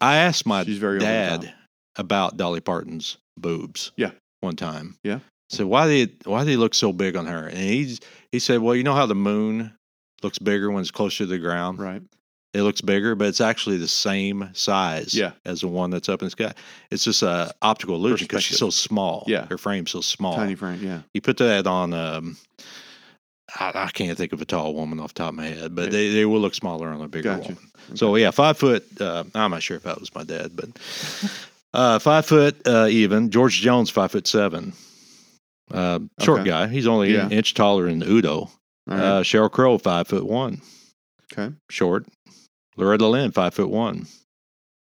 Speaker 2: I asked my
Speaker 1: She's very over the
Speaker 2: dad
Speaker 1: top.
Speaker 2: about Dolly Parton's boobs.
Speaker 1: Yeah.
Speaker 2: One time.
Speaker 1: Yeah.
Speaker 2: So why they why they look so big on her? And he's he said, Well, you know how the moon looks bigger when it's closer to the ground?
Speaker 1: Right.
Speaker 2: It looks bigger, but it's actually the same size
Speaker 1: Yeah.
Speaker 2: as the one that's up in the sky. It's just a optical illusion because she's so small.
Speaker 1: Yeah.
Speaker 2: Her frame's so small.
Speaker 1: Tiny frame. Yeah.
Speaker 2: You put that on um I, I can't think of a tall woman off the top of my head, but
Speaker 1: Yeah.
Speaker 2: they, they will look smaller on a bigger
Speaker 1: Gotcha.
Speaker 2: woman. So yeah, five foot. Uh, I'm not sure if that was my dad, but uh, five foot uh, even. George Jones, five foot seven. Uh, short
Speaker 1: Okay.
Speaker 2: guy. He's only an
Speaker 1: Yeah.
Speaker 2: inch taller than Udo.
Speaker 1: All right.
Speaker 2: Uh, Cheryl Crow, five foot one.
Speaker 1: okay.
Speaker 2: Short. Loretta Lynn, five foot one.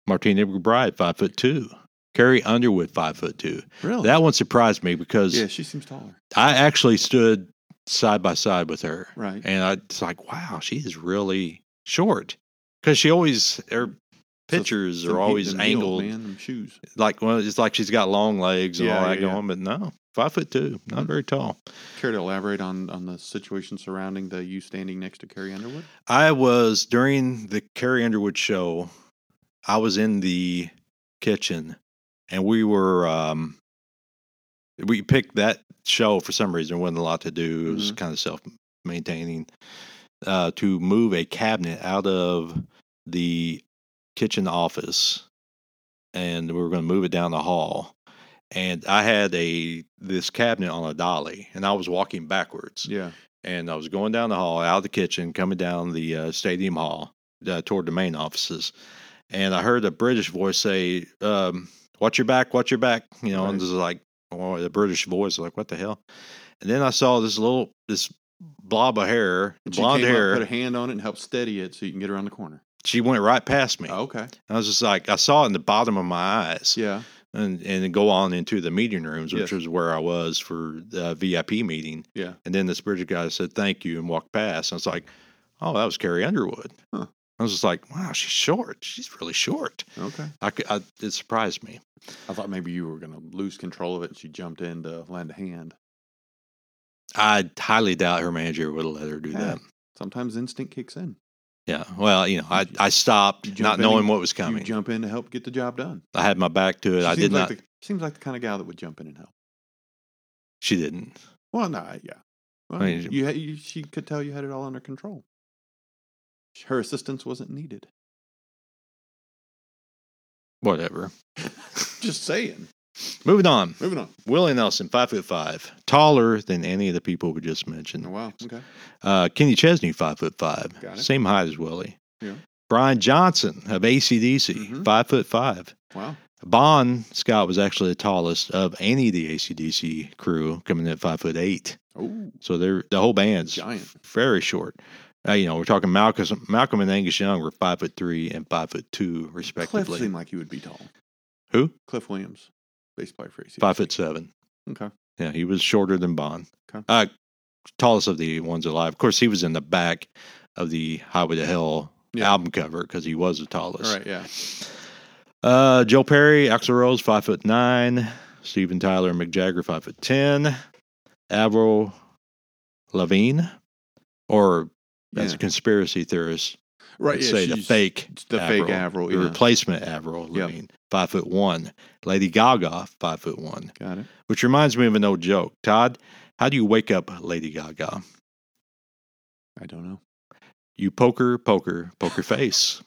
Speaker 2: Martina McBride, five foot two. Carrie Underwood, five foot two.
Speaker 1: Really?
Speaker 2: That one surprised me because
Speaker 1: Oh, yeah. She seems taller.
Speaker 2: I actually stood side by side with her.
Speaker 1: Right.
Speaker 2: And I was like, wow, she is really short. Because she always, her pictures
Speaker 1: Some
Speaker 2: are
Speaker 1: heat
Speaker 2: always
Speaker 1: them heels,
Speaker 2: angled.
Speaker 1: man. Them shoes.
Speaker 2: like, well, it's like she's got long legs and
Speaker 1: Yeah,
Speaker 2: all that
Speaker 1: yeah, yeah.
Speaker 2: going, but no, five foot two, not
Speaker 1: Hmm.
Speaker 2: very tall.
Speaker 1: Care to elaborate on on the situation surrounding the you standing next to Carrie Underwood?
Speaker 2: I was during the Carrie Underwood show, I was in the kitchen and we were, um, we picked that show for some reason. It wasn't a lot to do. It was kind of self maintaining uh, to move a cabinet out of the kitchen office and we were going to move it down the hall. And I had a this cabinet on a dolly and I was walking backwards
Speaker 1: Yeah.
Speaker 2: and I was going down the hall, out of the kitchen, coming down the uh, stadium hall uh, toward the main offices, and I heard a British voice say, um, "Watch your back, watch your back," you know, and
Speaker 1: Right.
Speaker 2: this is like oh, the British voice, like what the hell? And then I saw this little this blob of hair,
Speaker 1: And she
Speaker 2: blonde
Speaker 1: came up,
Speaker 2: hair.
Speaker 1: put a hand on it and helped steady it so you can get around the corner. Oh,
Speaker 2: she went right past me.
Speaker 1: Okay.
Speaker 2: I was just like, I saw it in the bottom of my eyes,
Speaker 1: Yeah.
Speaker 2: and and then go on into the meeting rooms, which
Speaker 1: Yes.
Speaker 2: was where I was for the VIP meeting.
Speaker 1: Yeah.
Speaker 2: And then this British guy said, thank you, and walked past. And I was like, oh, that was Carrie Underwood.
Speaker 1: Huh.
Speaker 2: I was just like, wow, she's short. She's really short.
Speaker 1: Okay.
Speaker 2: I, cou- I- it surprised me.
Speaker 1: I thought maybe you were gonna lose control of it and she jumped in to lend a hand.
Speaker 2: I highly doubt her manager would have let her do
Speaker 1: Yeah.
Speaker 2: that.
Speaker 1: Sometimes instinct kicks in.
Speaker 2: Yeah. Well, you know, I, I
Speaker 1: You
Speaker 2: stopped
Speaker 1: jump
Speaker 2: not
Speaker 1: in and
Speaker 2: knowing what was
Speaker 1: You
Speaker 2: coming.
Speaker 1: jump in to help get the job done.
Speaker 2: I had my back to it.
Speaker 1: She
Speaker 2: I
Speaker 1: seems
Speaker 2: did
Speaker 1: like
Speaker 2: not.
Speaker 1: The, seems like the kind of gal that would jump in and help.
Speaker 2: She didn't.
Speaker 1: Well, no, I- yeah. Well,
Speaker 2: I mean,
Speaker 1: you, had, you, she could tell you had it all under control. Her assistance wasn't needed.
Speaker 2: Whatever.
Speaker 1: Just saying.
Speaker 2: Moving on.
Speaker 1: Moving on.
Speaker 2: Willie Nelson, five foot five, taller than any of the people we just mentioned.
Speaker 1: Oh, wow. Okay.
Speaker 2: Uh, Kenny Chesney, five foot five,
Speaker 1: Got it.
Speaker 2: same height as Willie.
Speaker 1: Yeah.
Speaker 2: Brian Johnson of ACDC,
Speaker 1: Mhm.
Speaker 2: five foot five.
Speaker 1: Wow.
Speaker 2: Bon Scott was actually the tallest of any of the ACDC crew, coming in at five foot eight.
Speaker 1: Oh,
Speaker 2: So they're the whole band's
Speaker 1: Giant.
Speaker 2: very short. Uh, you know, we're talking Malcolm, Malcolm and Angus Young were five foot three and five foot two,
Speaker 1: Cliff
Speaker 2: respectively.
Speaker 1: seemed like he would be tall.
Speaker 2: Who?
Speaker 1: Cliff Williams, bass player for AC.
Speaker 2: Five foot seven.
Speaker 1: Okay.
Speaker 2: Yeah, he was shorter than Bond.
Speaker 1: Okay.
Speaker 2: Uh, tallest of the ones alive. Of course, he was in the back of the Highway to Hell
Speaker 1: Yeah.
Speaker 2: album cover because he was the tallest.
Speaker 1: All right. Yeah.
Speaker 2: Uh, Joe Perry, Axl Rose, five foot nine. Steven Tyler and Mick Jagger, five foot ten. Avril Lavigne, or as
Speaker 1: Yeah.
Speaker 2: a conspiracy theorist,
Speaker 1: Right.
Speaker 2: would
Speaker 1: Yeah,
Speaker 2: say the
Speaker 1: she's-
Speaker 2: fake,
Speaker 1: it's the fake Avril.
Speaker 2: the
Speaker 1: Yeah.
Speaker 2: replacement Avril
Speaker 1: Yep.
Speaker 2: Lavigne, five foot one. Lady Gaga, five foot one.
Speaker 1: Got it.
Speaker 2: Which reminds me of an old joke. Todd, how do you wake up Lady Gaga?
Speaker 1: I don't know.
Speaker 2: You poker, poker, poker face.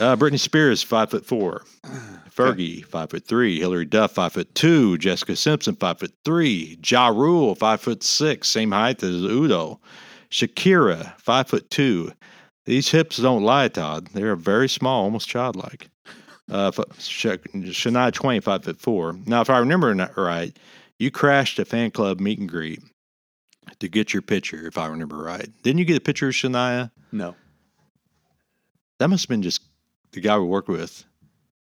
Speaker 2: Uh, Britney Spears, five foot four.
Speaker 1: Okay.
Speaker 2: Fergie, five foot three. Hillary Duff, five foot two. Jessica Simpson, five foot three. Ja Rule, five foot six, same height as Udo. Shakira, five foot two. These hips don't lie, Todd. They are very small, almost childlike. Uh, f- Sha- Shania Twain, five foot four. Now, if I remember not right, you crashed a fan club meet and greet to get your picture. If I remember right, didn't you get a picture of Shania?
Speaker 1: No.
Speaker 2: That must have been just the guy we worked with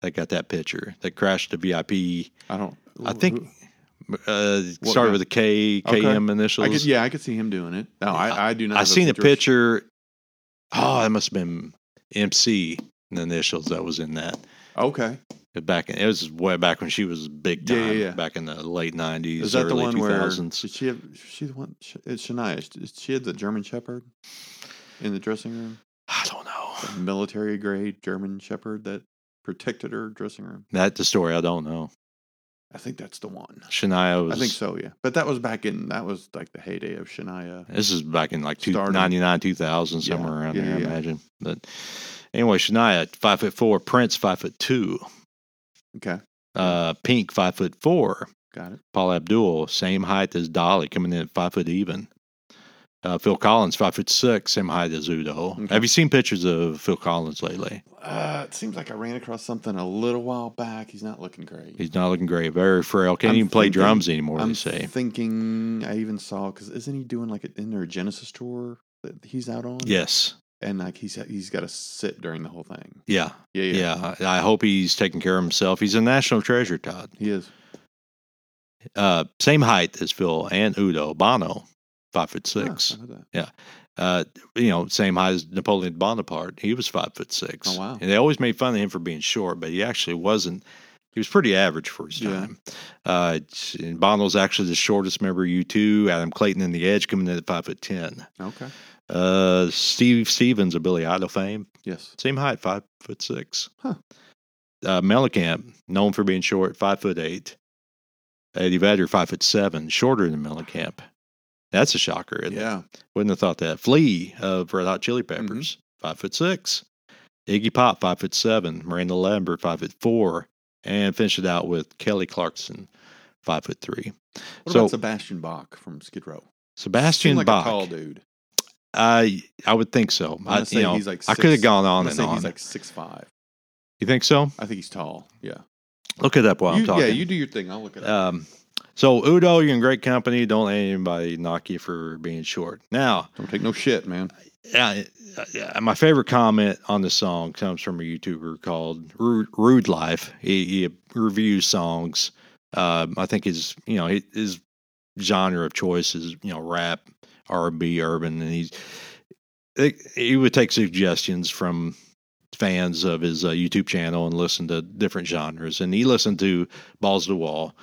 Speaker 2: that got that picture that crashed the VIP.
Speaker 1: I don't.
Speaker 2: I think uh,
Speaker 1: What
Speaker 2: started
Speaker 1: guy?
Speaker 2: with a K, KM
Speaker 1: Okay.
Speaker 2: initials.
Speaker 1: I could, yeah, I could see him doing it. No, I, I do not.
Speaker 2: I
Speaker 1: have
Speaker 2: seen a
Speaker 1: picture of-
Speaker 2: picture. Oh, that must have been MC in the initials that was in that.
Speaker 1: Okay,
Speaker 2: Back in, it was way back when she was big
Speaker 1: Yeah,
Speaker 2: time.
Speaker 1: yeah, yeah.
Speaker 2: Back in the late nineties,
Speaker 1: is that
Speaker 2: early
Speaker 1: the one where
Speaker 2: 2000s.
Speaker 1: did she have? She the one. Sh- It's Shania. Sh- is She had the German Shepherd in the dressing room,
Speaker 2: I don't know.
Speaker 1: the military grade German Shepherd that protected her dressing room.
Speaker 2: That's the story. I don't know.
Speaker 1: I think that's the one.
Speaker 2: Shania was.
Speaker 1: I think so. Yeah, but that was back in. That was like the heyday of Shania.
Speaker 2: This is back in like two,
Speaker 1: Started.
Speaker 2: 99, 2000, somewhere
Speaker 1: Yeah,
Speaker 2: around
Speaker 1: yeah,
Speaker 2: there,
Speaker 1: yeah.
Speaker 2: I imagine. But anyway, Shania, five foot four, Prince, five foot two,
Speaker 1: Okay,
Speaker 2: uh, Pink, five foot four,
Speaker 1: got it.
Speaker 2: Paul Abdul, same height as Dolly, coming in at five foot even. Uh, Phil Collins, five foot six, same height as Udo.
Speaker 1: Okay.
Speaker 2: Have you seen pictures of Phil Collins lately?
Speaker 1: Uh, it seems like I ran across something a little while back. He's not looking great.
Speaker 2: He's not looking great, very frail, can't
Speaker 1: I'm
Speaker 2: even play
Speaker 1: thinking-
Speaker 2: drums anymore,
Speaker 1: I'm
Speaker 2: they say.
Speaker 1: thinking I even saw because isn't he doing like an in their Genesis tour that he's out on?
Speaker 2: Yes.
Speaker 1: and like he's he's got to sit during the whole thing.
Speaker 2: Yeah,
Speaker 1: Yeah, yeah,
Speaker 2: yeah. I I hope he's taking care of himself. He's a national treasure, Todd.
Speaker 1: he is.
Speaker 2: uh, same height as Phil and Udo Bono, five foot
Speaker 1: Huh,
Speaker 2: six.
Speaker 1: I know that.
Speaker 2: Uh, you know, same height as Napoleon Bonaparte. He was five foot six.
Speaker 1: Oh, wow.
Speaker 2: And they always made fun of him for being short, but he actually wasn't. He was pretty average for his
Speaker 1: Yeah.
Speaker 2: time. Uh, and Bono's actually the shortest member of U2. Adam Clayton and the Edge coming in at five foot ten.
Speaker 1: Okay.
Speaker 2: Uh, Steve Stevens of Billy Idol fame,
Speaker 1: Yes.
Speaker 2: same height, five foot six.
Speaker 1: Huh.
Speaker 2: Uh, Mellencamp, known for being short, five foot eight. Eddie Vedder, five foot seven, shorter than Mellencamp. That's a shocker. Isn't it?
Speaker 1: Yeah. Mm-hmm.
Speaker 2: Wouldn't have thought that. Flea of Red Hot Chili Peppers, five foot six. Iggy Pop, five foot seven. Miranda Lambert, five foot four. And finish it out with Kelly Clarkson, five foot three.
Speaker 1: What
Speaker 2: So-
Speaker 1: about Sebastian Bach from Skid Row?
Speaker 2: Sebastian
Speaker 1: Seemed like
Speaker 2: Bach.
Speaker 1: a tall dude.
Speaker 2: I I would think so.
Speaker 1: I'm
Speaker 2: I,
Speaker 1: gonna
Speaker 2: you
Speaker 1: say
Speaker 2: know,
Speaker 1: he's like
Speaker 2: I could have
Speaker 1: six-
Speaker 2: gone
Speaker 1: I'm
Speaker 2: on
Speaker 1: gonna
Speaker 2: and
Speaker 1: say
Speaker 2: on.
Speaker 1: he's like six five.
Speaker 2: you think so?
Speaker 1: I think he's tall. Yeah.
Speaker 2: Look it up while I'm
Speaker 1: You-
Speaker 2: talking.
Speaker 1: Yeah. You do your thing. I'll look it up.
Speaker 2: Um, so Udo, you're in great company. Don't let anybody knock you for being short. Now,
Speaker 1: Don't take no shit, man.
Speaker 2: uh, uh, my favorite comment on the song comes from a YouTuber called Rude, Rude Life. He, he reviews songs. Uh, I think his, you know, his- his genre of choice is, you know, rap, R&B, urban, and he's he- he would take suggestions from fans of his uh, YouTube channel and listen to different genres. And he listened to Balls to the Wall.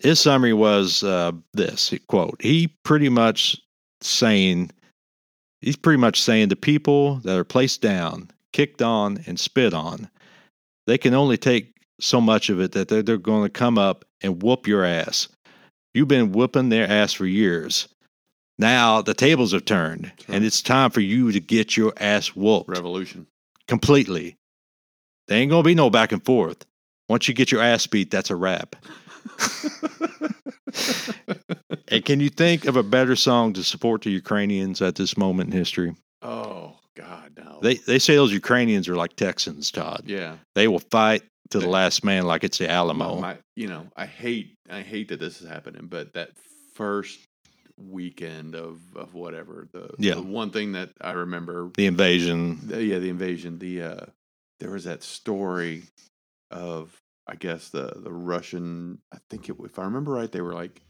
Speaker 2: His summary was uh, this he- quote: He pretty much saying he's pretty much saying to people that are placed down, kicked on, and spit on, they can only take so much of it that they're, they're going to come up and whoop your ass. You've been whooping their ass for years. Now the tables have turned,
Speaker 1: That's right.
Speaker 2: and it's time for you to get your ass whooped
Speaker 1: Revolution.
Speaker 2: completely. There ain't gonna be no back and forth. Once you get your ass beat, that's a wrap. and can you think of a better song to support the Ukrainians at this moment in history?
Speaker 1: oh God, no.
Speaker 2: They they say those Ukrainians are like Texans, Todd.
Speaker 1: Yeah.
Speaker 2: They will fight to the last man like it's the Alamo.
Speaker 1: My, you know, I hate I hate that this is happening, but that first weekend of of whatever the,
Speaker 2: Yeah.
Speaker 1: the one thing that I remember
Speaker 2: the invasion.
Speaker 1: the- yeah the invasion the uh there was that story of I guess the the Russian I think it if I remember right they were like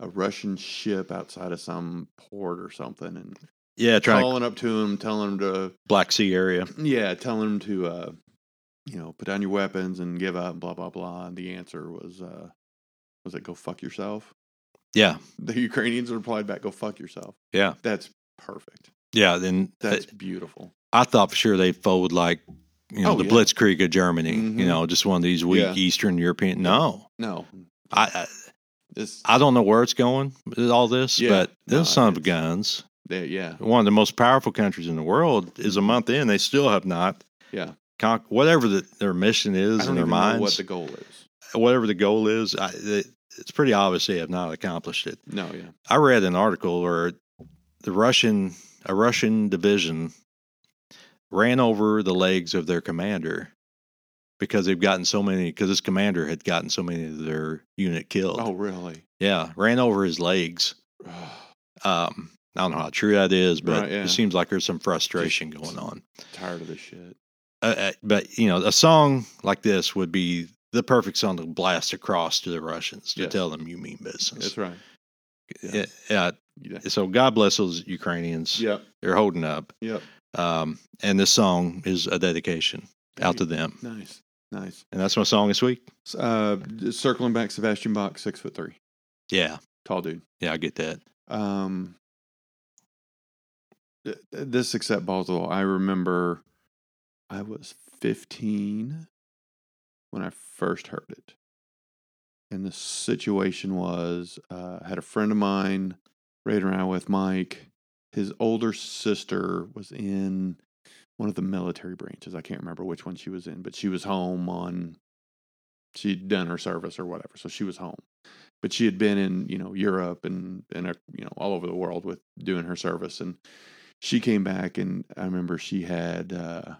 Speaker 1: a Russian ship outside of some port or something and
Speaker 2: Yeah, trying to
Speaker 1: calling up to him telling him to
Speaker 2: Black Sea area.
Speaker 1: yeah, telling him to, uh, you know, put down your weapons and give up, blah blah blah. And the answer was, uh, was it go fuck yourself?
Speaker 2: Yeah.
Speaker 1: The Ukrainians replied back, go fuck yourself.
Speaker 2: Yeah.
Speaker 1: that's perfect.
Speaker 2: Yeah, then
Speaker 1: That's beautiful.
Speaker 2: I thought for sure they'd fold like you know
Speaker 1: Oh,
Speaker 2: the
Speaker 1: yeah.
Speaker 2: Blitzkrieg of Germany.
Speaker 1: Mhm.
Speaker 2: You know, just one of these weak
Speaker 1: Yeah.
Speaker 2: Eastern European. No,
Speaker 1: No,
Speaker 2: I,
Speaker 1: this,
Speaker 2: I I don't know where it's going. with All this,
Speaker 1: Yeah.
Speaker 2: but those
Speaker 1: No,
Speaker 2: son of
Speaker 1: it's-
Speaker 2: guns,
Speaker 1: they, yeah,
Speaker 2: one of the most powerful countries in the world, is a month in. They still have not.
Speaker 1: Yeah.
Speaker 2: Con- whatever the, their mission
Speaker 1: I
Speaker 2: is
Speaker 1: don't
Speaker 2: in their
Speaker 1: even know what
Speaker 2: minds,
Speaker 1: the goal is.
Speaker 2: whatever the goal is, I, it, it's pretty obvious they have not accomplished it.
Speaker 1: No, yeah,
Speaker 2: I read an article where the Russian a Russian division ran over the legs of their commander because they've gotten so many because this commander had gotten so many of their unit killed.
Speaker 1: oh really?
Speaker 2: Yeah, ran over his legs. Um, I don't know how true that is, but
Speaker 1: Right, yeah.
Speaker 2: it seems like there's some frustration going on.
Speaker 1: Tired of this shit.
Speaker 2: Uh, uh, but you know, a song like this would be the perfect song to blast across to the Russians to
Speaker 1: Yes.
Speaker 2: tell them you mean business.
Speaker 1: That's right.
Speaker 2: Yeah, yeah.
Speaker 1: Yeah.
Speaker 2: So God bless those Ukrainians.
Speaker 1: Yep.
Speaker 2: They're holding up.
Speaker 1: Yep.
Speaker 2: Um, and this song is a dedication out to them.
Speaker 1: Nice. Nice.
Speaker 2: And that's my song this week.
Speaker 1: S- Uh, circling back, Sebastian Bach, six foot three,
Speaker 2: Yeah.
Speaker 1: tall dude.
Speaker 2: Yeah, I get that.
Speaker 1: Um, th- th- this except Baltimore. I remember I was 15 when I first heard it. And the situation was uh, I had a friend of mine right around with Mike. His older sister was in one of the military branches. I can't remember which one she was in, but she was home on, she'd done her service or whatever. So she was home but she had been in you know Europe and and uh, you know all over the world with doing her service and she came back and I remember she had uh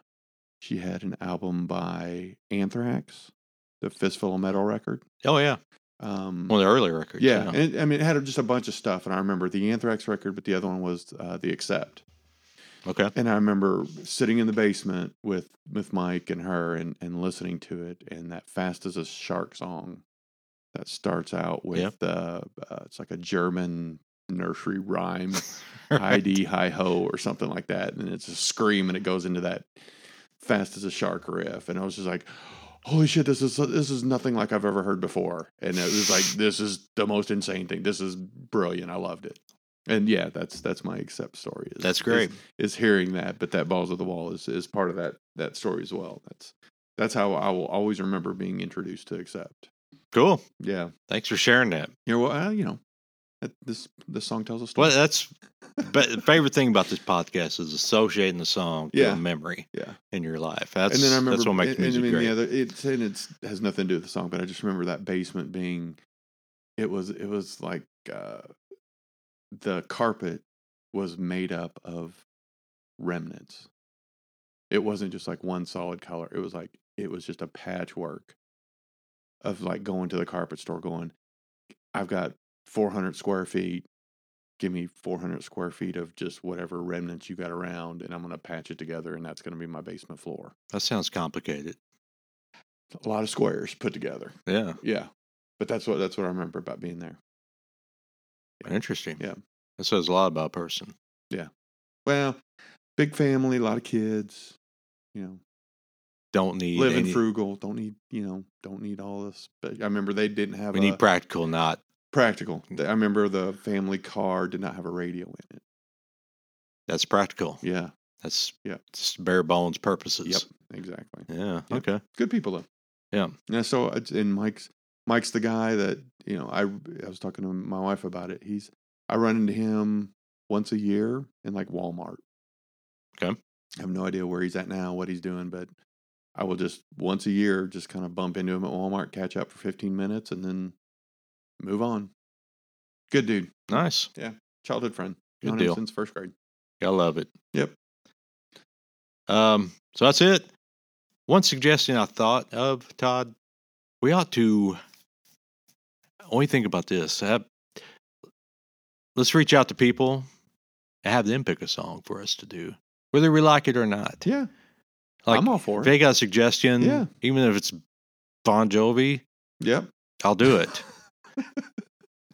Speaker 1: she had an album by Anthrax the Fistful of Metal record
Speaker 2: Oh, yeah.
Speaker 1: um
Speaker 2: One of the early records.
Speaker 1: yeah and, I mean it had just a bunch of stuff and I remember the Anthrax record but the other one was uh, the Accept
Speaker 2: Okay.
Speaker 1: and I remember sitting in the basement with with Mike and her and and listening to it and that fast as a shark song that starts out with
Speaker 2: Yep.
Speaker 1: uh, uh it's like a German nursery rhyme ID hi ho or something like that and it's a scream and it goes into that fast as a shark riff and I was just like holy shit this is this is nothing like I've ever heard before and it was like this is the most insane thing this is brilliant I loved it and yeah that's that's my accept story is-
Speaker 2: That's
Speaker 1: is
Speaker 2: great.
Speaker 1: is hearing that, but that balls of the wall is is part of that that story as well. That's that's how I will always remember being introduced to accept.
Speaker 2: Cool.
Speaker 1: Yeah,
Speaker 2: Thanks for sharing that.
Speaker 1: you know, well, uh, you know, that- this this song tells a story.
Speaker 2: Well, that's but the favorite thing about this podcast is associating the song to
Speaker 1: Yeah.
Speaker 2: a memory
Speaker 1: yeah,
Speaker 2: in your life. That's,
Speaker 1: and then I remember
Speaker 2: that's what makes
Speaker 1: and, and I
Speaker 2: music
Speaker 1: mean,
Speaker 2: great.
Speaker 1: The other, it's and it's has nothing to do with the song, but I just remember that basement being. It was it was like uh, the carpet was made up of remnants. It wasn't just like one solid color. It was like it was just a patchwork of like going to the carpet store, going, I've got 400 square feet. Give me 400 square feet of just whatever remnants you got around, and I'm going to patch it together, and that's going to be my basement floor
Speaker 2: that sounds complicated.
Speaker 1: a lot of squares put together.
Speaker 2: Yeah.
Speaker 1: Yeah, but that's what that's what I remember about being there.
Speaker 2: Interesting.
Speaker 1: Yeah.
Speaker 2: That says a lot about a person.
Speaker 1: Well, big family, a lot of kids. You know,
Speaker 2: Don't need
Speaker 1: living
Speaker 2: any-
Speaker 1: frugal. Don't need you know. Don't need all this. But I remember they didn't have.
Speaker 2: We
Speaker 1: a
Speaker 2: need practical, not
Speaker 1: practical. I remember the family car did not have a radio in it.
Speaker 2: that's practical.
Speaker 1: Yeah.
Speaker 2: That's
Speaker 1: Yeah.
Speaker 2: just bare bones purposes.
Speaker 1: Yep. Exactly.
Speaker 2: Yeah.
Speaker 1: Yep.
Speaker 2: Okay.
Speaker 1: Good people though.
Speaker 2: Yeah.
Speaker 1: Yeah. So it's- and Mike's Mike's the guy that you know. I I was talking to my wife about it. He's I run into him once a year in like Walmart.
Speaker 2: Okay.
Speaker 1: I have no idea where he's at now, what he's doing, but I will just once a year just kind of bump into him at Walmart, catch up for 15 minutes, and then move on. Good dude,
Speaker 2: Nice.
Speaker 1: childhood friend.
Speaker 2: Good
Speaker 1: Known him
Speaker 2: deal.
Speaker 1: since first grade.
Speaker 2: I love it.
Speaker 1: Yep.
Speaker 2: Um, so that's it. One suggestion I thought of, Todd, we ought to only think about this. Have, let's reach out to people and have them pick a song for us to do, whether we like it or not.
Speaker 1: Yeah,
Speaker 2: Like,
Speaker 1: I'm all for
Speaker 2: if
Speaker 1: it.
Speaker 2: they got a suggestion,
Speaker 1: Yeah.
Speaker 2: even if it's Bon Jovi,
Speaker 1: Yep.
Speaker 2: I'll do it.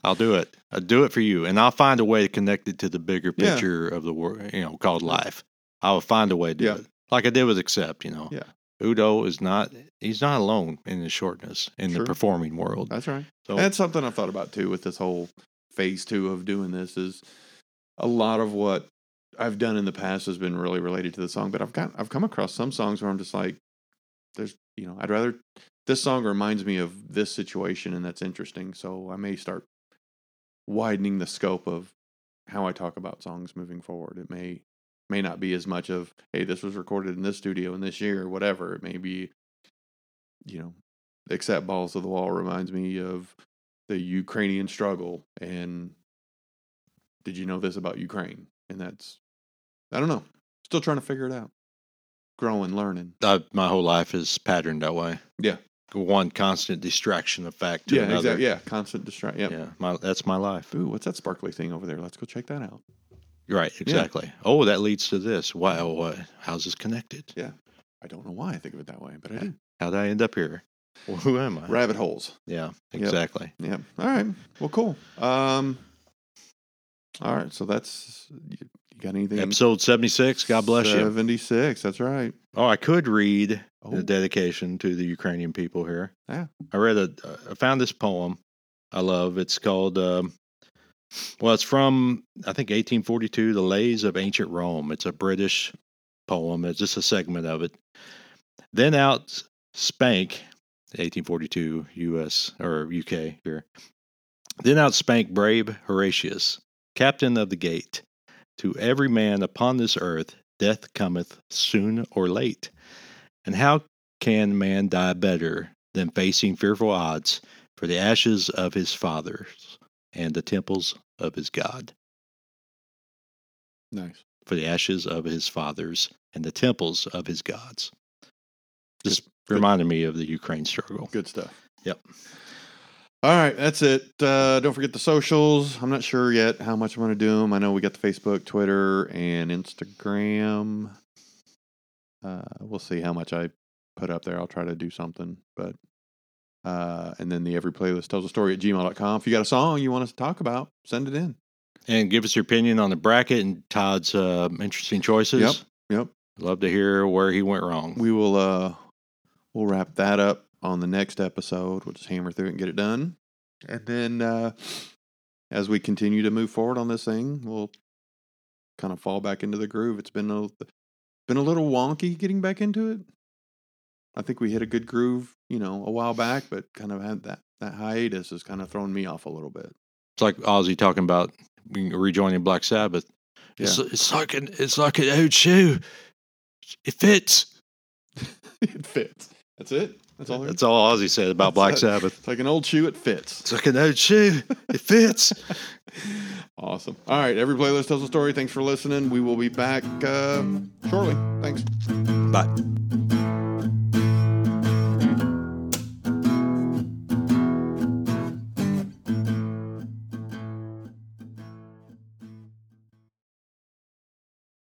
Speaker 2: I'll do it. I'll do it for you. And I'll find a way to connect it to the bigger
Speaker 1: Yeah.
Speaker 2: picture of the world, you know, called life. I'll find a way to do
Speaker 1: Yeah.
Speaker 2: it. Like I did with Accept, you know.
Speaker 1: Yeah.
Speaker 2: Udo is not, he's not alone in his shortness in the
Speaker 1: Sure.
Speaker 2: performing world.
Speaker 1: That's right.
Speaker 2: So,
Speaker 1: That's something I've thought about too with this whole phase two of doing this is a lot of what I've done in the past has been really related to the song, but I've got I've come across some songs where I'm just like, there's you know, I'd rather this song reminds me of this situation and that's interesting. So I may start widening the scope of how I talk about songs moving forward. It may may not be as much of, hey, this was recorded in this studio in this year, whatever. It may be, you know, except balls to the wall reminds me of the Ukrainian struggle and did you know this about Ukraine? And that's I don't know. Still trying to figure it out. Growing, learning.
Speaker 2: I, uh, my whole life is patterned that way.
Speaker 1: Yeah.
Speaker 2: One constant distraction of fact to
Speaker 1: yeah,
Speaker 2: another.
Speaker 1: exactly. Yeah, constant distraction. Yeah.
Speaker 2: Yeah. My, that's my life.
Speaker 1: Ooh, what's that sparkly thing over there? Let's go check that out.
Speaker 2: Right. Exactly. Oh, that leads to this. Why? oh, what? How's this connected?
Speaker 1: I don't know why I think of it that way, but I do.
Speaker 2: How did I end up here? Well, who am I?
Speaker 1: Rabbit holes.
Speaker 2: Yeah,
Speaker 1: Yep.
Speaker 2: exactly.
Speaker 1: Yeah. All right. Well, cool. Um. All right. So that's you, you got anything?
Speaker 2: Episode 76. God bless you.
Speaker 1: Seventy six. That's right.
Speaker 2: Oh, I could read
Speaker 1: Oh,
Speaker 2: the dedication to the Ukrainian people here.
Speaker 1: Yeah.
Speaker 2: I read a, I found this poem I love. It's called, um, well, it's from, I think, 1842, The Lays of Ancient Rome. It's a British poem. It's just a segment of it. Then out spank, 1842, U.S. or U.K. here. Then out spank brave Horatius, captain of the gate. To every man upon this earth, death cometh soon or late. And how can man die better than facing fearful odds for the ashes of his fathers and the temples of his God?
Speaker 1: nice.
Speaker 2: For the ashes of his fathers and the temples of his gods. Just
Speaker 1: good.
Speaker 2: reminded me of the Ukraine struggle.
Speaker 1: Good stuff.
Speaker 2: Yep.
Speaker 1: All right, that's it. Uh, don't forget the socials. I'm not sure yet how much I'm going to do them. I know we got the Facebook, Twitter, and Instagram. Uh, we'll see how much I put up there. I'll try to do something, but uh, and then the every playlist tells a story at gmail.com. If you got a song you want us to talk about, send it in.
Speaker 2: And give us your opinion on the bracket and Todd's uh, interesting choices.
Speaker 1: Yep, yep.
Speaker 2: Love to hear where he went wrong.
Speaker 1: We will uh, we'll wrap that up on the next episode. We'll just hammer through it and get it done. And then uh, as we continue to move forward on this thing, we'll kind of fall back into the groove. It's been a been a little wonky getting back into it. I think we hit a good groove, you know, a while back, but kind of had that that hiatus has kind of thrown me off a little bit.
Speaker 2: It's like Ozzy talking about being- rejoining Black Sabbath. It's, it's like an it's like an old shoe. It fits.
Speaker 1: it fits. That's it. That's all. there is.
Speaker 2: That's all Ozzy said about Black
Speaker 1: That's it.
Speaker 2: Sabbath.
Speaker 1: It's like an old shoe. It fits.
Speaker 2: It's like an old shoe. It fits.
Speaker 1: awesome. All right. Every playlist tells a story. Thanks for listening. We will be back uh, shortly. Thanks.
Speaker 2: Bye.